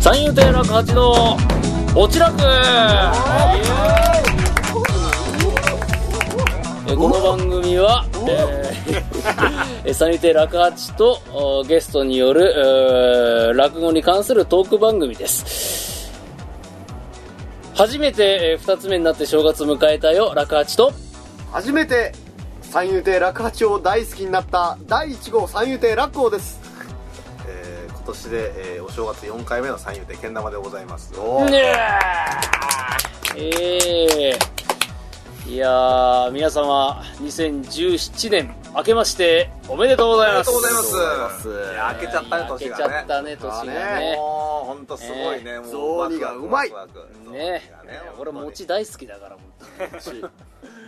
三遊亭楽八のおちらくえーこの番組は、えー、 三遊亭楽八とおゲストによるえー落語に関するトーク番組です初めて、え2つ目になって正月迎えたよ楽八と初めて三遊亭楽八を大好きになった第1号三遊亭楽 王ですえー今年で、えーお正月4回目の三遊亭けん玉でございますねええいやー皆様2017年明けましておめでとうございますおめでとうございますいや開けちゃったねいや年がね開けちゃったね年がねもう本当すごいね、もう雑煮がうまいワクワクね雑煮が俺本当に餅大好きだからも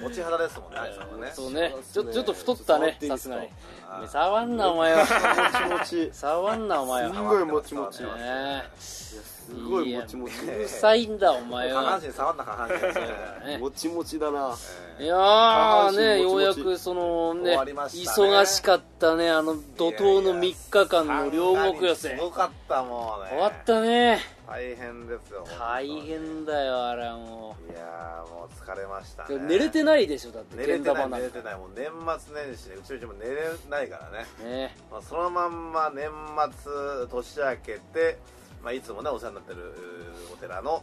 餅肌ですもんねあいつらもねうそうねちそょうですねちょっと太ったねちょさっとすが触っにていいでか触んなお前はもちもち 触んなお前すはごいもちもち触ってますねすごいもちもちうるさいんだお前下半は身触んな下半身ですねねもちもちだないやー下半ね身ようもちもやちくそのね終わりましたね忙しかったねあの怒涛の3日間の両国寄すせごかったもうね終わったね大変ですよ大い変だよあれはもやーもう疲れましたうねでも寝れてないでしょだって寝れてないな寝んれかてないもう年末年始でうちのうちも寝れないからねねまあ、そのまんま年末年明けて、まあ、いつもねお世話になってるうーお寺の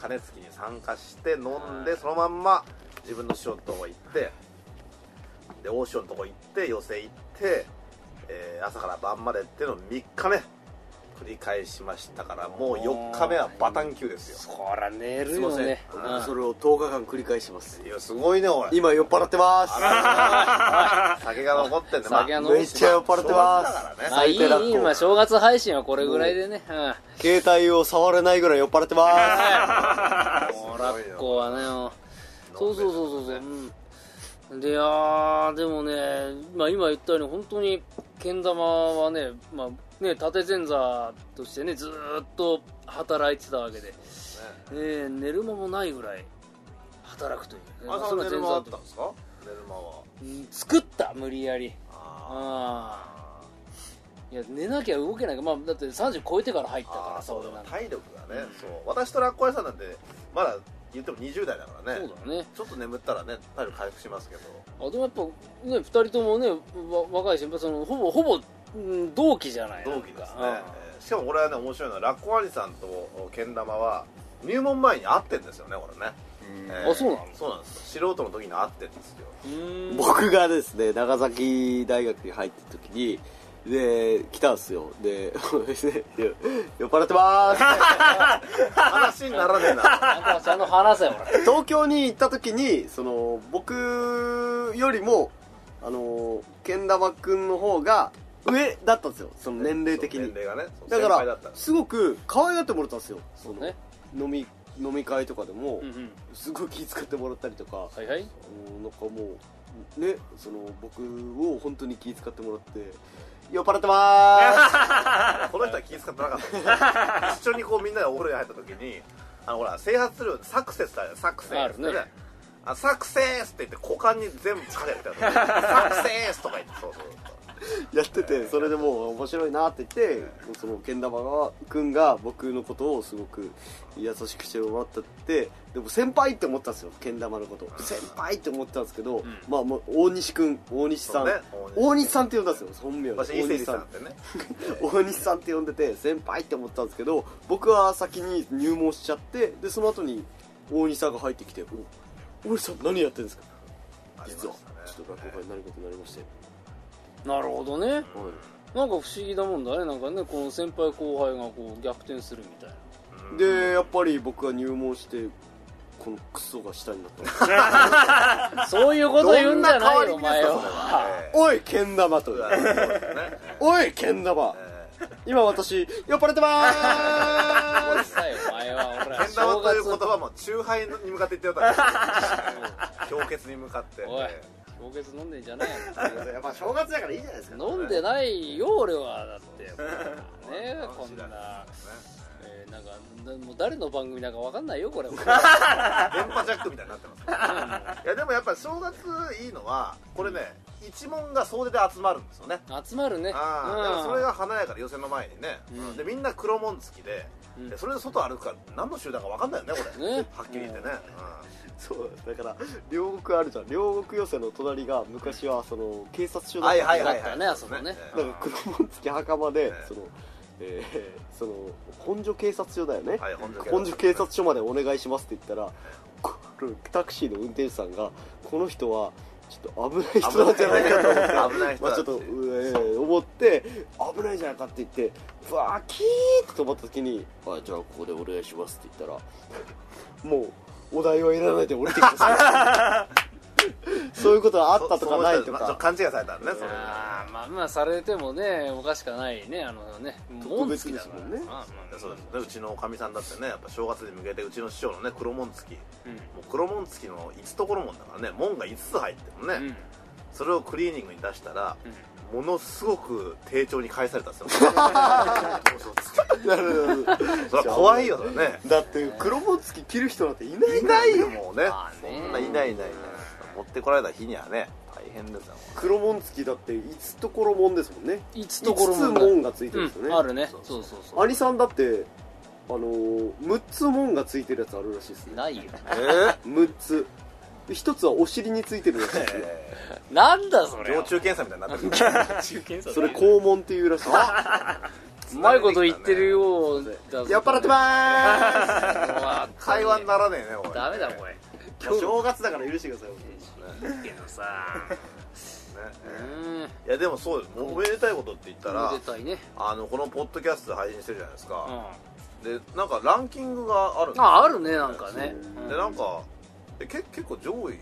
鐘つきに参加して飲んでそのまんま自分の師匠のとこ行ってで大師匠のとこ行って寄席行って、えー朝から晩までっていうのを3日目繰り返しましたからもう4日目はバタン級ですよそら寝するいまよせん、ねうんそれを10日間繰り返しますいやすごいねおい今酔っ払ってます酒が残ってんね酒が残めっちゃ酔っ払ってま正月だからすねあいいい最低だい今正月配信はこれぐらいでねうん携帯を触れないぐらい酔っ払っ てまもうラッコはねもうそうそうそうそうそう、うん、でいやーでもね、まあ、今言ったように本当にけん玉はね,、まあ、ね縦前座としてねずーっと働いてたわけで、ねすねえ、寝る間もないぐらい働くという、ねあそそんなの寝る間あったとんですか寝る間はうん作った無理やりあああいや寝なきゃ動けないから、まあ、だって30超えてから入ったかあらあそう俺なんて体力がね、そう私とラッコ屋さんなんてまだ言っても20代だからねそうだねちょっと眠ったらね体力回復しますけどあでもやっぱね2人ともねわ若いしやっぱそのほぼほぼ、うん同期じゃない同期ですね、なんかえーしかもこれはね面白いのはラッコ兄さんとけん玉は入門前に会ってんですよねこれね、えーあそうなのそうなんですよ素人の時に会ってんで すようんうーん僕がですね長崎大学に入った時にで来たんすよで で酔っ払ってまーす話にならねえななんかちゃんと話せよ東京に行った時にその僕よりもあのけん玉くんの方が上だったんですよその年齢的そうに年齢がねそうだか先輩だらったんですすごく可愛がってもらったんですよ そうね飲み飲み会とかでもうんうんすごい気遣ってもらったりとかはいはいあのなんかもうねその僕を本当に気遣ってもらって酔っ払ってまーす この人は気遣ってなかったんですよ一緒にこうみんなでお風呂に入った時にあのほら整髪するサクセスだよサクセスあっるてねねあサクセスって言って股間に全部かけてたのサクセスとか言ってそうそうやっててそれでもう面白いなって言ってそのけん玉がくんが僕のことをすごく優しくしてもらったってでも先輩って思ったんですよけん玉のこと先輩って思ったんですけど、まあもう大西くん大西さん、そうね大西さんって呼んだんですよ本名私伊大西勢路ささんんってね大西さんって呼んでて先輩って思ったんですけど僕は先に入門しちゃってでその後に大西さんが入ってきて「お大西さん何やってるんですか?」ありまし実たはねちょっと落語家になることになりまして、なるほどねはなんいか不思議だもんだねなんかねこの先輩後輩がこう逆転するみたいなでやっぱり僕が入門してこのクソが下になったそういうこと言うんじゃないよどお前んな変わり身ですかは おいけん玉とそれはえーそうですね おいけん玉え今私酔っ払ってまうるーすさいお前は俺ーはけん玉正という言月葉も酎ハイに向かって言ってよかった ですね氷結に向かっておいえ正月飲んでんじゃないよーやっぱ正月だからいいじゃないです 飲んでないよ俺はだってねえこんねな、えーなんかなもう誰の番組なんかわかんないよ これ電波ジャックみたいになってますいやでもやっぱり正月いいのはこれね一門が総出で集まるんですよね集まるねああだからうんそれが華やかで予選の前にね、うんでみんな黒紋付きで,、うんでそれで外歩くから何の集団か分かんないよねこれねはっきり言ってね、 そうだから両国あるじゃん両国予選の隣が昔はその警察う署んだったはいはいいははいいははいいあそこねなんか黒門付き袴で、ねその、えーその本所警察署だよね、はい本所警察署本所警察署までお願いしますって言ったらこのタクシーの運転手さんがこの人はちょっと危ない人なんじゃないかと思って危ない人まあ、だちょっと、えー思って危ないじゃないかって言ってブワーキーッと止まった時に「あじゃあここでお願いします」って言ったらもうお題はいらないで降りてきたそういうことはあったとかないとそそかう勘違いされたんだねそれねあーまあまあされてもねおかしくはないねあのね特別ですもん門ね付きだからまあまあそうですねうちのおかみさんだってねやっぱ正月に向けてうちの師匠のね黒紋付きもうんう黒紋付きの5つところもんだからね門が5つ入ってるのね、うんそれをクリーニングに出したら、ものすごく丁重に返されたんですよ なるほどそれは怖いよだねだって黒紋付き着る人なんていないいからないよもうねまあそねんないないいないいない持ってこられた日にはね大変ですよ黒紋付きだって5つところもんですもんねいつ5ところつも門がついてるんですよね、うんあるねそうそうそうそ兄さんだってあのー、6つ門がついてるやつあるらしいですうねないよ え6つ1つはお尻についてるらしいですねえなんだそれ常駐検査みたいになってるそれ肛門っていうらしいで すうまいこと言ってるようだぞ酔っ払ってまーすわー会話にならねえねこ れダメだねこれ正月だから許してくださいいいけどさうんいやでもそうですおめでたいことって言ったらめでたいねあのこのポッドキャストで配信してるじゃないですうんか、あでなんかランキングがあるんですよあるねなんかねうんでなんかえけ結構上位ね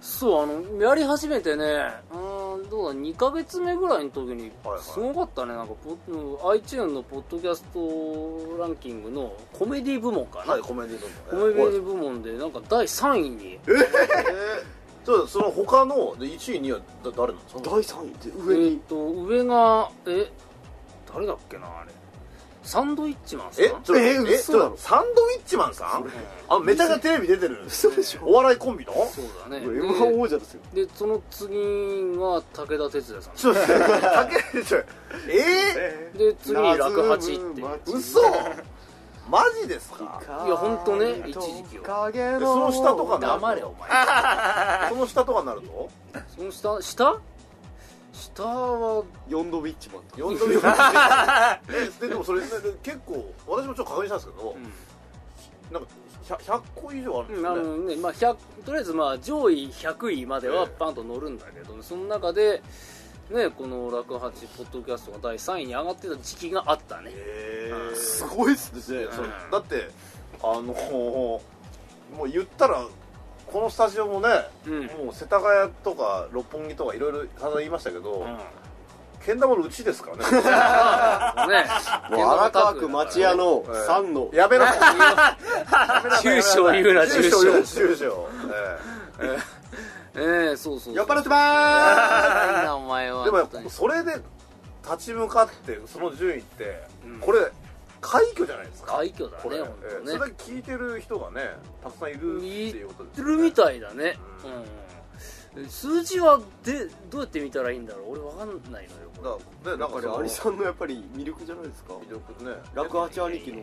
そうあのやり始めてねうーんどうだ2ヶ月目ぐらいの時にはいはいすごかったねなんかポッ iTunes のポッドキャストランキングのコメディ部門かな、はいコメディのコもメディ部門でなんか第3位にそうその他ので1位2位はだ誰なんですか第3位ってえ上ーに、と上がえ誰だっけなあれサンドイッチマンさんえちょええ嘘ちょだろサンドウィッチマンさんあめちゃくちゃテレビ出てる嘘でしょお笑いコンビのそうだね m 1王者ですよででその次が武田鉄矢さんちょっと竹内ちょえで次落八っ夏ていマうジー、嘘マジですかいやほんとね一時期は影のでその下とかな黙れお前その下とかになるとその下下下は4度ビッチマンとか4度目えででもそれで結構私もちょっと確認したんですけど、なんか 100, 100個以上あるんですうん、あよね、のね、まあ、100とりあえずまあ上位100位まではええバンと乗るんだけど、その中で、ね、この落八ポッドキャストが第3位に上がってた時期があったね、えーすごいっすねそううんだってあのもう言ったらこのスタジオもね、うんもう世田谷とか六本木とかいろいろ体言いましたけど、うんけん玉のうちですからね ねもう荒川区町屋の3のやめろ住所言うな住住所所言うな住所、ええええそうそうそう酔っ払ってまないなお前はでもやっ本当ぱにそれで立ち向かってその順位って、うんこれ快挙じゃないですか快挙だこれ、ねえ本え当そねれ聞いてる人がねたくさんいるっていうことですいよるねみたいだねううん、数字はでどうやって見たらいいんだろう俺わかんないのよこれだからねなんかすそアリさのんのやっぱり魅力じゃないですか魅力ね楽八兄貴の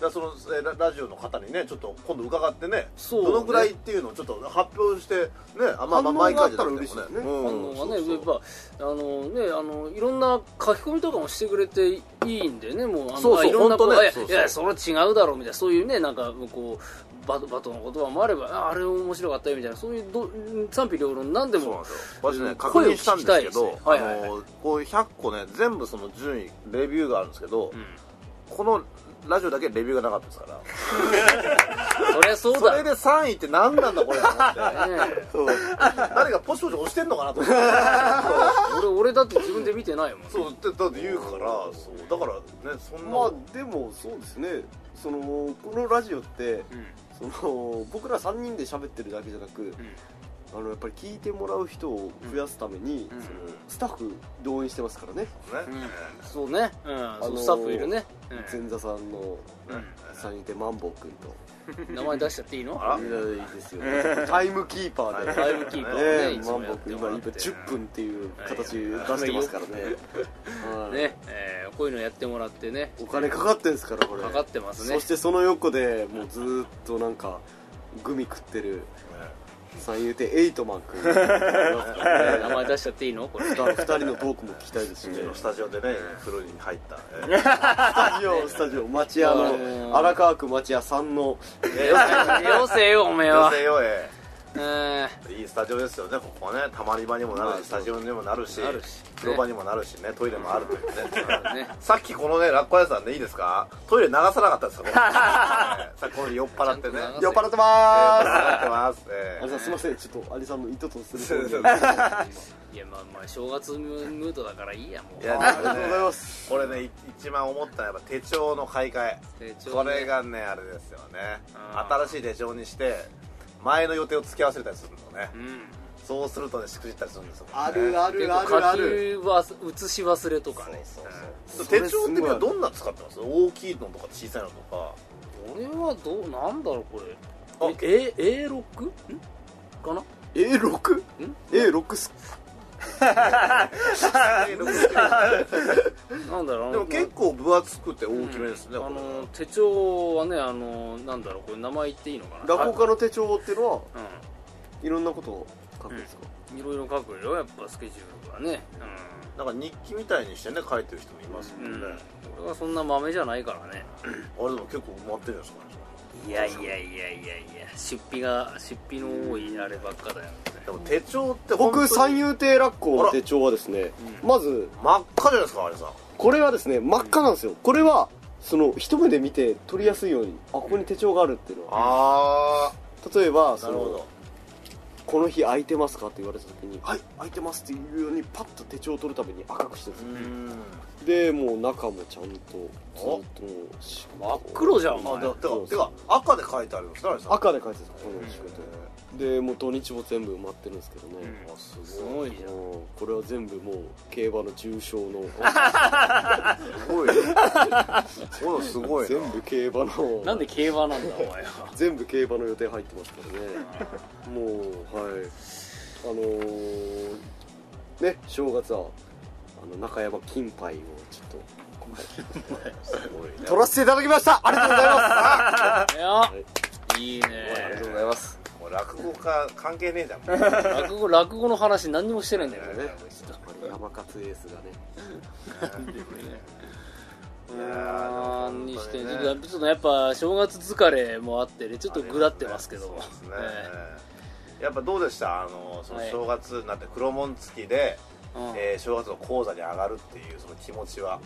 だからそのえーララジオの方にねちょっと今度伺ってねそうねどのくらいっていうのをちょっと発表してねあまあまあ反応毎があ回っじたゃらな嬉くしていもですねね反応がねやっぱあのねあのいろんな書き込みとかもしてくれていいんでねもうあのそうそうあいろんなこほんとといやいねそうそうやそれ違うだろうみたいなそういうねなんかこうバトバトの言葉もあればああれ面白かったよみたいなそういうど賛否両論なんでそうなんもですよ私ねうん確認したんですけ声を聞きたどあいですねはいはいはいのこう100個ね全部その順位レビューがあるんですけどうんこのラジオだけレビューがなかったですからそりゃそうそだれで3位って何なんだこれと思って ねえそう誰がポチポチ押してんのかなと思って俺俺だって自分で見てないもんねそうってだって言うからそうだからねそんなまあでもそうですねそのこのラジオってうんその僕ら3人で喋ってるだけじゃなく、あのやっぱり聞いてもらう人を増やすために、うんそのスタッフ動員してますからね、ね、うんそうね、うんそうのースタッフいるね、うん前座さんの三人手マンボウ君と名前出しちゃっていいのあらいやいいですよね タイムキーパーでタイムキーパーねねいつマもンやボっウて君も今らっ今て10分っていう形で出してますからね はいね、えーこういうのやってもらってねお金かかってんすからこれかかってますねそしてその横でもうずーっとなんかグミ食ってる三遊亭エイトマン君いますからね名前出しちゃっていいのこれ2人のトークも聞きたい ですしねうんスタジオでね風呂に入った、えスタジオスタジオ町屋あのの荒川区町屋さんのよせよせよおめえー、女は性よえうんいいスタジオですよねここねたまり場にもなるしスタジオにもなるしなるし風呂場にもなるしねトイレもあるというねねさっきこのねラッコ屋さんでいいですかトイレ流さなかったですよねさっきこれ酔っ払ってねちゃんと流酔っ払ってまえーーす払ってますえあれーさんすいませんちょっとアリさんの意図とすそうるそうそういやまあまあ正月ムードだからいいやもういやありがとうございますこれねい一番思ったのはやっぱ手帳の買い替え手帳ねこれがねあれですよねあー新しい手帳にして前の予定を付き合わせたりするのねうんそうするとねしくじったりするんですよ、ね、あるあるあ結る構あ書きる忘写し忘れとかねそうそうそそうう手帳ってみんなどんな使ってます大きいのとか小さいのとか俺はどうなんだろうこれあえ A- A6? んかな A6? ん A6 すなんだろう でも結構分厚くて大きめですね、あこれの手帳はねあのなんだろうこれ名前言っていいのかな落語家の手帳っていうのはうんいろんなことを書くんですか、いろいろ書くよやっぱスケジュールがねなんか日記みたいにしてね書いてる人もいますもうん、んね、俺はそんな豆じゃないからねあれでも結構埋まってるんですかねいやいやいやいやいや出費が出費の多いあればっかだよねでも手帳って本当僕に三遊亭落語の手帳はですね、まず真っ赤じゃないですかあれさんこれはですね真っ赤なんですよこれはその一目で見て取りやすいようにあここに手帳があるっていうのはあ例えばあそのこの日空いてますかって言われた時にはい空いてますっていうようにパッと手帳を取るために赤くしてるんですうよんでもう中もちゃんとずっともうし真っ黒じゃんおあ前だてかてか赤で書いてあるんですかあれさん赤で書いてたこの仕事でもう土日も全部埋まってるんですけどね、うんあすすごごいいじゃんもうこれは全部もう競馬の 重賞のすごい こういうのすごいな全部競馬のなんで競馬なんだお前 は全部競馬の予定入ってますから ねもうはいあのー、ね正月はあの中山金杯をちょっすごいねと取らせていただきましたありがとうございまいやすいいねとうございますもう落語家関係ね えじゃんもう落語落語の話何にもしてないんだよね山勝エースがねいやーにしていちやょーっとちょっとやっぱ正月疲れもあってねちょっとぐらってますけどもそうですねえやっぱどうでしたあのそのはい正月になって黒門付きえで、うんやえー正月の講座に上がるっていうその気持ちはっ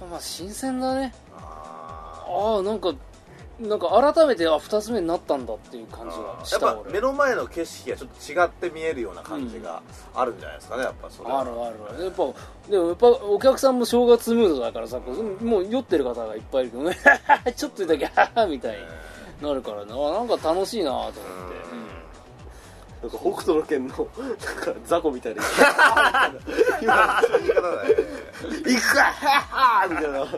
ぱまあ新鮮だねあーああなんかなんか改めてあ2つ目になったんだっていう感じあがーしやったぱ俺目の前の景色がちょっと違って見えるような感じがあるんじゃないですかねやっぱそれはあるあるやっぱでもやっぱお客さんも正月ムードだからさこうもう酔ってる方がいっぱいいるけどね ちょっとだけ ハハみたいになるからななんか楽しいなと思って なんか北斗の拳のなんか雑魚みたいなあーそういう言い方だね行くかハッハー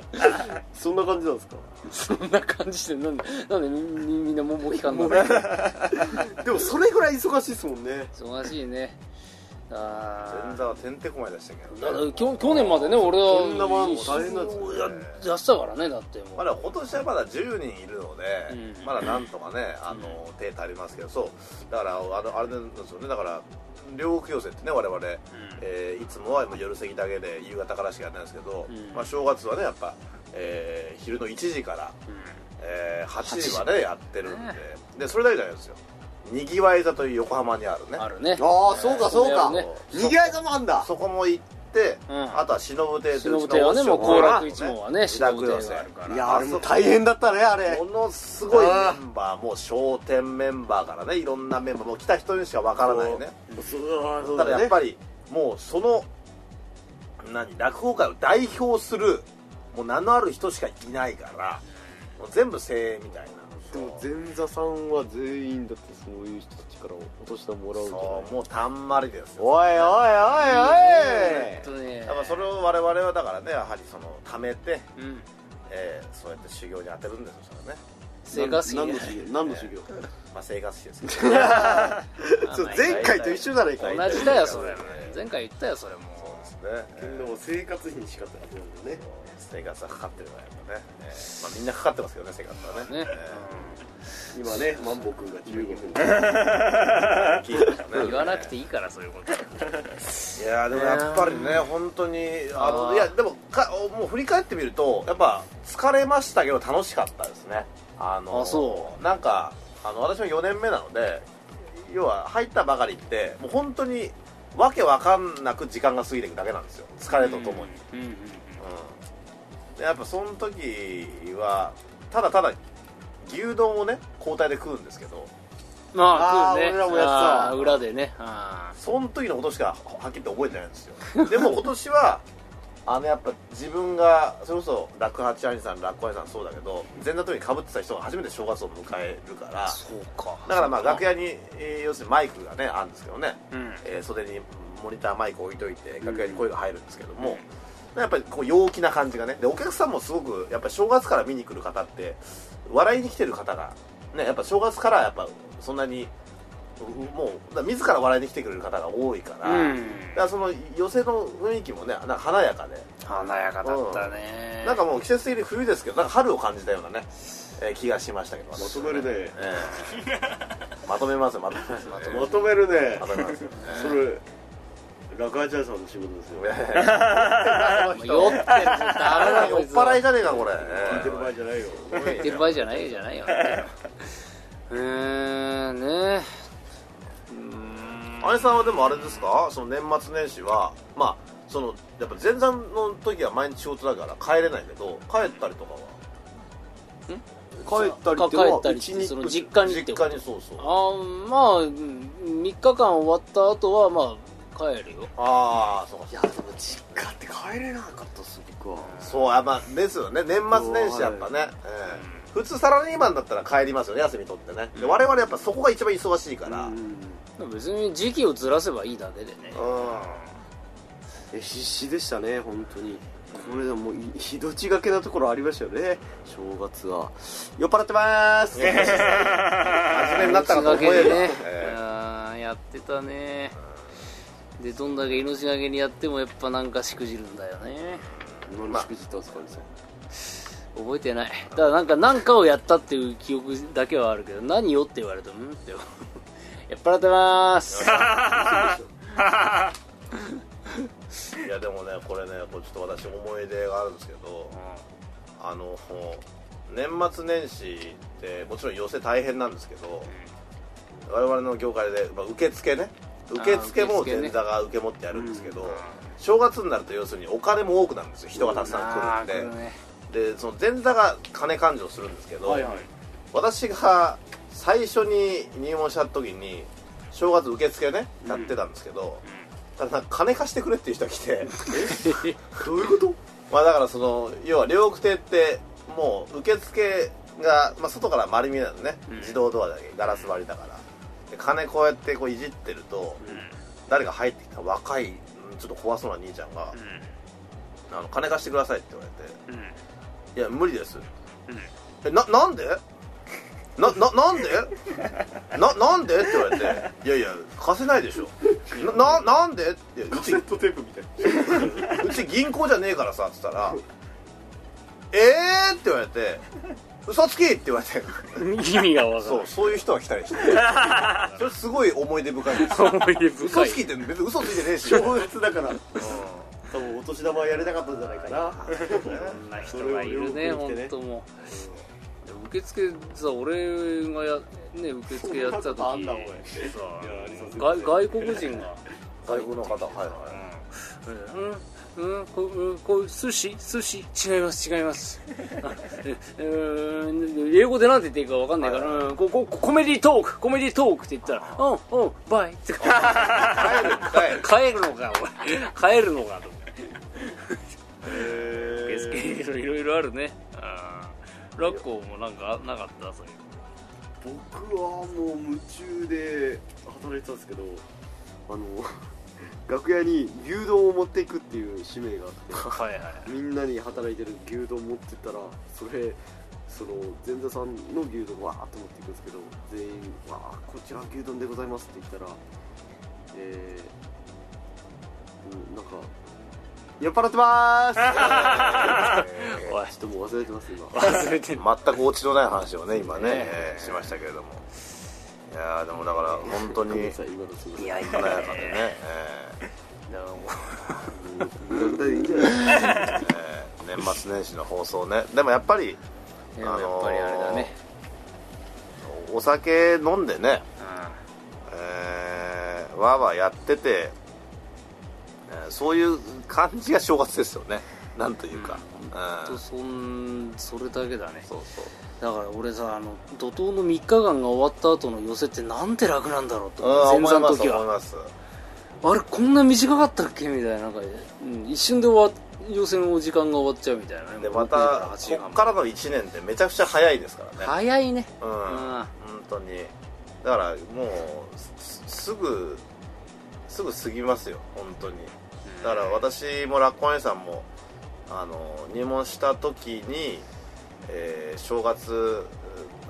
みたいなそんな感じなんですか そんな感じでなんでなんでみみみんなももひかんの忙でもそれぐらい忙しいですもんねしいね前あ座はてんてこまいでしたけあどね去去年までね俺はこんなもん大変なんですいよやねやってたからねだってもうまだ今年はまだ10人いるので、うんまだなんとかねあの手足りますけどそうだからあのあれなんですよねだから両国寄席ってね我々、えーいつもは夜席だけで夕方からしかやらないんですけど、うんまあ、正月はねやっぱ、えー昼の1時から、えー8時までやってるんで,、ねでそれだけじゃないですよにぎわい座という横浜にあるねあるねああそうかそそうかうだよねにぎわいざもあんだそこも行って、うんあとは忍亭という忍亭はねうちのもう後楽大一師匠門はね自宅忍亭寄席があるからいやあれも大変だったねあれものすごいメンバーもう商店メンバーからねいろんなメンバーもう来た人にしかわからないねそうそうただやっぱりりもうその何落語界を代表するもう名のある人しかいないからもう全部精鋭みたいなでも前座さんは全員だってそういう人たちからお年玉もらうんじゃないそうもうたんまりですよおいおいおいほんおいとねやっぱそれを我々はだからねやはりその貯めて、うんえーそうやって修行に当てるんですよそれね、生活費ね何の修行何の修行まあ、生活費ですけ どそう前回と一緒じゃないか同じだよそれ前回言ったよそれもそうですね、えーでも生活費にしかってないんだよね生活はかかってるのはやっぱね、えーまあ、みんなかかってますけどね生活はねね今ねマンボ君が15分えー聞いてましたね言わなくていいからそういうこといやーでもやっぱりね本当にあのあーいやでもかもう振り返ってみるとやっぱ疲れましたけど楽しかったですねあのあそなんかあの私も4年目なので要は入ったばかりってもう本当にわけわかんなく時間が過ぎていくだけなんですよ疲れとともに、うんうんうんでやっぱその時はただただ牛丼をね交代で食うんですけどまああー来るね俺らもやってたあー裏でねあその時のことしかははっきりと覚えてないんですよでも今年は あのやっぱ自分がそれこそ楽八兄さん楽兄さんそうだけど前座の時にかぶってた人が初めて正月を迎えるからーそうかだからまあ楽屋に、えー要するにマイクがねあるんですけどね、うんえー袖にモニターマイク置いといて楽屋に声が入るんですけども、やっぱりこう陽気な感じがねでお客さんもすごくやっぱり正月から見に来る方って笑いに来てる方がねやっぱ正月からやっぱそんなにうもうだ自ら笑いに来てくれる方が多いから、うだんからその寄せの雰囲気もねなんか華やかで、華やかだったねなんかもう季節的に冬ですけどなんか春を感じたようなね、えー気がしましたけどまとめるねまとめますよまとめますまとめままとめるねとめますよそれ楽八屋さんの仕事です よもう酔ってるダメだ酔こっいつ払いじゃねえかこれ聞いてる場合じゃないよ言ってる場合じゃないじゃないよ。うーん、ね姉さんはでもあれですかその年末年始はまあそのやっぱ前座の時は毎日仕事だから帰れないけど帰ったりとかは帰ったりかって帰のはったりうちって、にその実家にっ実て家ことにそうそうあーまあ、うん3日間終わった後は、まあ、帰るよ。ああそうかいやでも実家って帰れなかったっす僕はそうやっぱですよね年末年始やっぱね、ええ普通サラリーマンだったら帰りますよね休み取ってねで我々やっぱそこが一番忙しいからうん別に時期をずらせばいいだけでね。え必死でしたね本当にこれでもうい命がけなところありましたよね正月は酔っ払ってまー す真面目になったらと思え命がけるでね、えあーやってたね。で、どんだけ命がけにやっても、やっぱなんかしくじるんだよね。何しくじったんですかね覚えてない。ただなんか、なんかをやったっていう記憶だけはあるけど、何よって言われても、うんって。酔っ払ってまーす。えいやでもねこれねこれちょっと私思い出があるんですけど、あの年末年始ってもちろん寄せ大変なんですけど、我々の業界で、まあ、受付ね受付も受付ね前座が受け持ってやるんですけど、正月になると要するにお金も多くなるんですよ人がたくさん来るんで、ねでその前座が金勘定するんですけど、はいはい私が最初に入門した時に正月受付ねやってたんですけど、ただなんか金貸してくれっていう人が来てえどういうこと まあだからその要は両国亭ってもう受付が、まあ、外から丸見えなのね、ん自動ドアだけガラス張りだからで金こうやってこういじってると、誰が入ってきた若いちょっと怖そうな兄ちゃんが「あの金貸してください」って言われていや無理です、えななんでなななんで ななんでって言われて「いやいや貸せないでしょ」なななんで?」って「うちトテープみたいな うち銀行じゃねえからさ」っつったら「えー!」って言われて「嘘つき!」って言われて意味がわかそうる。そういう人が来たりして それすごい思い出深いです思い出嘘深いつきって別に嘘ついてねえし、うん正月だから多分お年玉はやれなかったんじゃないかなそんな人がいるね、 それを両本国に来てね当もう。でも受付さ、俺がや、ね、受付やってた時あんさだおい外外国人が、外国の方はいはうん、うん、こうんこう、寿司寿司違います、違います。あえうん、英語でなんて言っていいかわかんないから、うん、ここコメディトーク、コメディトークって言ったら、うん、うん、バイって。い帰帰るるのかお前帰るのかと思ってえいろいろあるねラッコもなんかなかったそういう僕はもう夢中で働いてたんですけどあの楽屋に牛丼を持っていくっていう使命があってはいはいみんなに働いてる牛丼持ってったらそれその前座さんの牛丼わーっと持っていくんですけど全員「わあこちら牛丼でございます」って言ったらえー、うんなんか「酔っ払ってまーす!え」おいちょっともう忘れてます 今忘れてるー全くオチのない話をね今ねねえーしましたけれどもいやーでもだから本当ごめんになさい今のすいませんいやいや華やかでね、えだからもうん大体いいんじゃないですかーえー年末年始の放送ねでもやっぱりうでもやっぱりあれだね、お酒飲んでね、えー、わーわーやってて、えーそういう感じが正月ですよねなんというか、うんとそんそれだけだねそうそうだから俺さあの怒涛の3日間が終わった後の寄せってなんて楽なんだろうとうん前座の時思はいます思いますあれこんな短かったっけみたいななんか、うん、一瞬で終わ予選の時間が終わっちゃうみたいなねでもうま6た時こら8時っか半らの1年ってめちゃくちゃ早いですからね早いねうん本当にだからもうすすぐすぐ過ぎますよ本当にだから私もラッコ姉さんもあの入門した時に、えー正月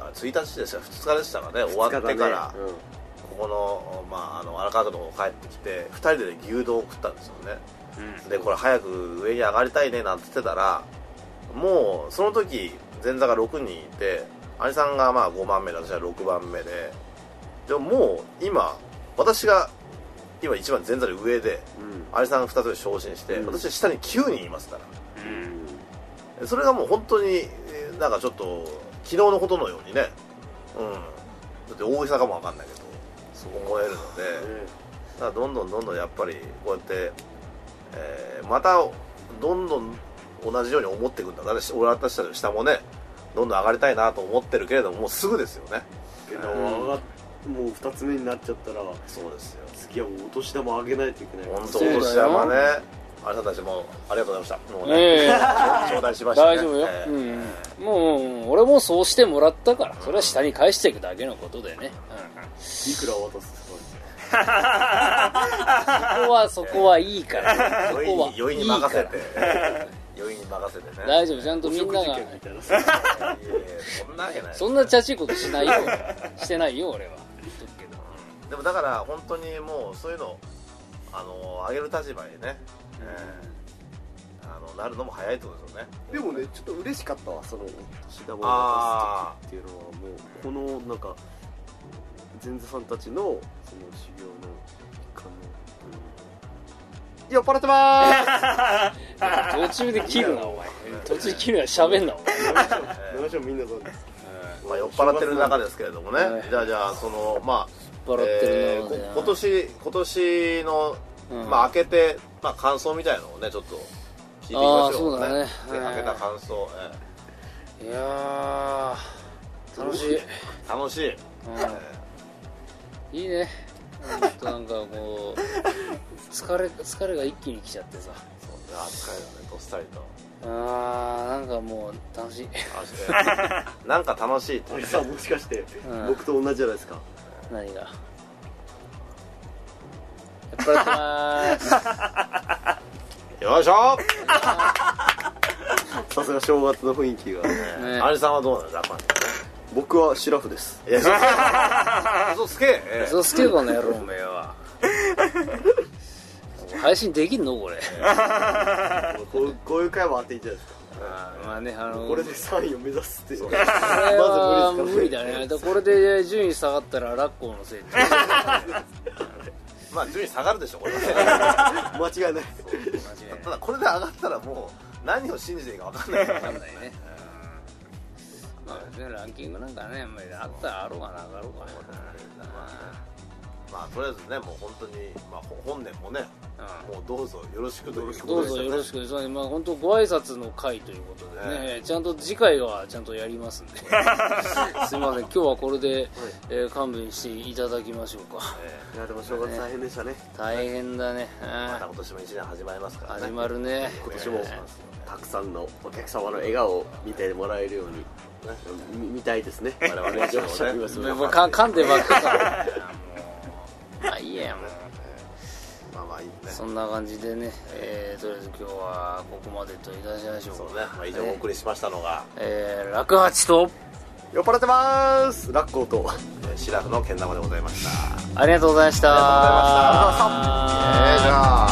あ1日でした2日でしたかね終わってから、うんここの,、まあ、あの荒川区の方帰ってきて2人でね牛丼を食ったんですよねうんでこれ早く上に上がりたいねなんて言ってたらもうその時前座が6人いて兄さんがまあ5番目で私は6番目ででももう今私が今一番前座で上で兄さんが2つで昇進して、うん私は下に9人いますからうんそれがもう本当にえーなんかちょっと昨日のことのようにねうんだって大げさかもわかんないけどそう思えるので、だからどんどんどんどんやっぱりこうやって、えーまたどんどん同じように思っていくんだだから俺私たちの下もねどんどん上がりたいなと思ってるけれどももうすぐですよねけど上がっもう2つ目になっちゃったらそうですよ次はもうお年玉あげないといけない本当そうだよお年玉ねあなたたちもありがとうございましたもうね、 ええ頂戴しましたね大丈夫よ、えーうん、もううん俺もそうしてもらったからそれは下に返していくだけのことでね、うん、いくら渡すとかそこはそこはいいから そ余こ韻はに余韻にいい任かせらて 余韻に任せてね大丈夫ちゃんとみん食な事が券みたいなさいやいやそんなわけないそんなチャチいことし ないよしてないよ俺は言っとくけどでもだから本当にもうそういうのあの上げる立場にね、えーあのなるのも早いってことですよね でもねちょっと嬉しかったわそのお年玉を渡す時っていうのはもうこのなんか前座さんたちのその修行の一環の、うん、酔っ払ってまーす 途中で切るなお前途中で切るな喋んなお 七章みんなそうですまあ、酔っ払ってる 中ですけれどもね、はいじゃあじゃあそのまあ前笑ってえるーな、こ今年今年の、うんまあ明けて、まあ、感想みたいなのをねちょっと聞いてみましょうあーそうだねではい明けた感想、えいやー楽しい、ー楽しい、えーうん、いいねほんとなんかこう疲れ疲れが一気に来ちゃってさそうあー疲れたねどっさりとあーなんかもう楽しい楽しいなんか楽しいってあれさもしかしてうん僕と同じじゃないですか何がやっぱりまーすよいしょさすが正月の雰囲気がねアリさんはどうなんだこ僕はシラフですれいや 嘘つけえーそうすけこの野郎おめえは配信できんのこれこうこういう会話当ていいんじゃないですかまあねあのこれで3位を目指すっていう まずこれは無無理理です だからねだからこれで順位下がったらラッコーのせいって間まあ順位下がるでしょこれは 間違いな違いいただこれで上がったらもう何を信じていいか分かんな いからわかんないねまあ別にランキングなんかね、まあ、あったらあろうがなかろうがねまあとりあえずねもう本当にまあほ本年もねもうどうぞよろしくというどことうでしぞたねよろしくそうねまあ本当ご挨拶の会ということでね、ねちゃんと次回はちゃんとやりますんですいません今日はこれで、えー勘弁していただきましょうかえいやでも正月大変でしたね大変だね、えまたあ今年も一年始まりますからね始まるね今年もたくさんのお客様の笑顔を見てもらえるようにみみたいですね我々一応ねお願いしもうますか噛んでばっかかいやもまあいいやうもうねまあまあいいねそんな感じでね、えー、とりあえず今日はここまでといたしましょうそうね、まあ、以上お送りしましたのが、えー、楽八と酔っ払ってますラッコーとえーシラフのけん玉でございましたありがとうございました ありがとうございましたえーじゃあ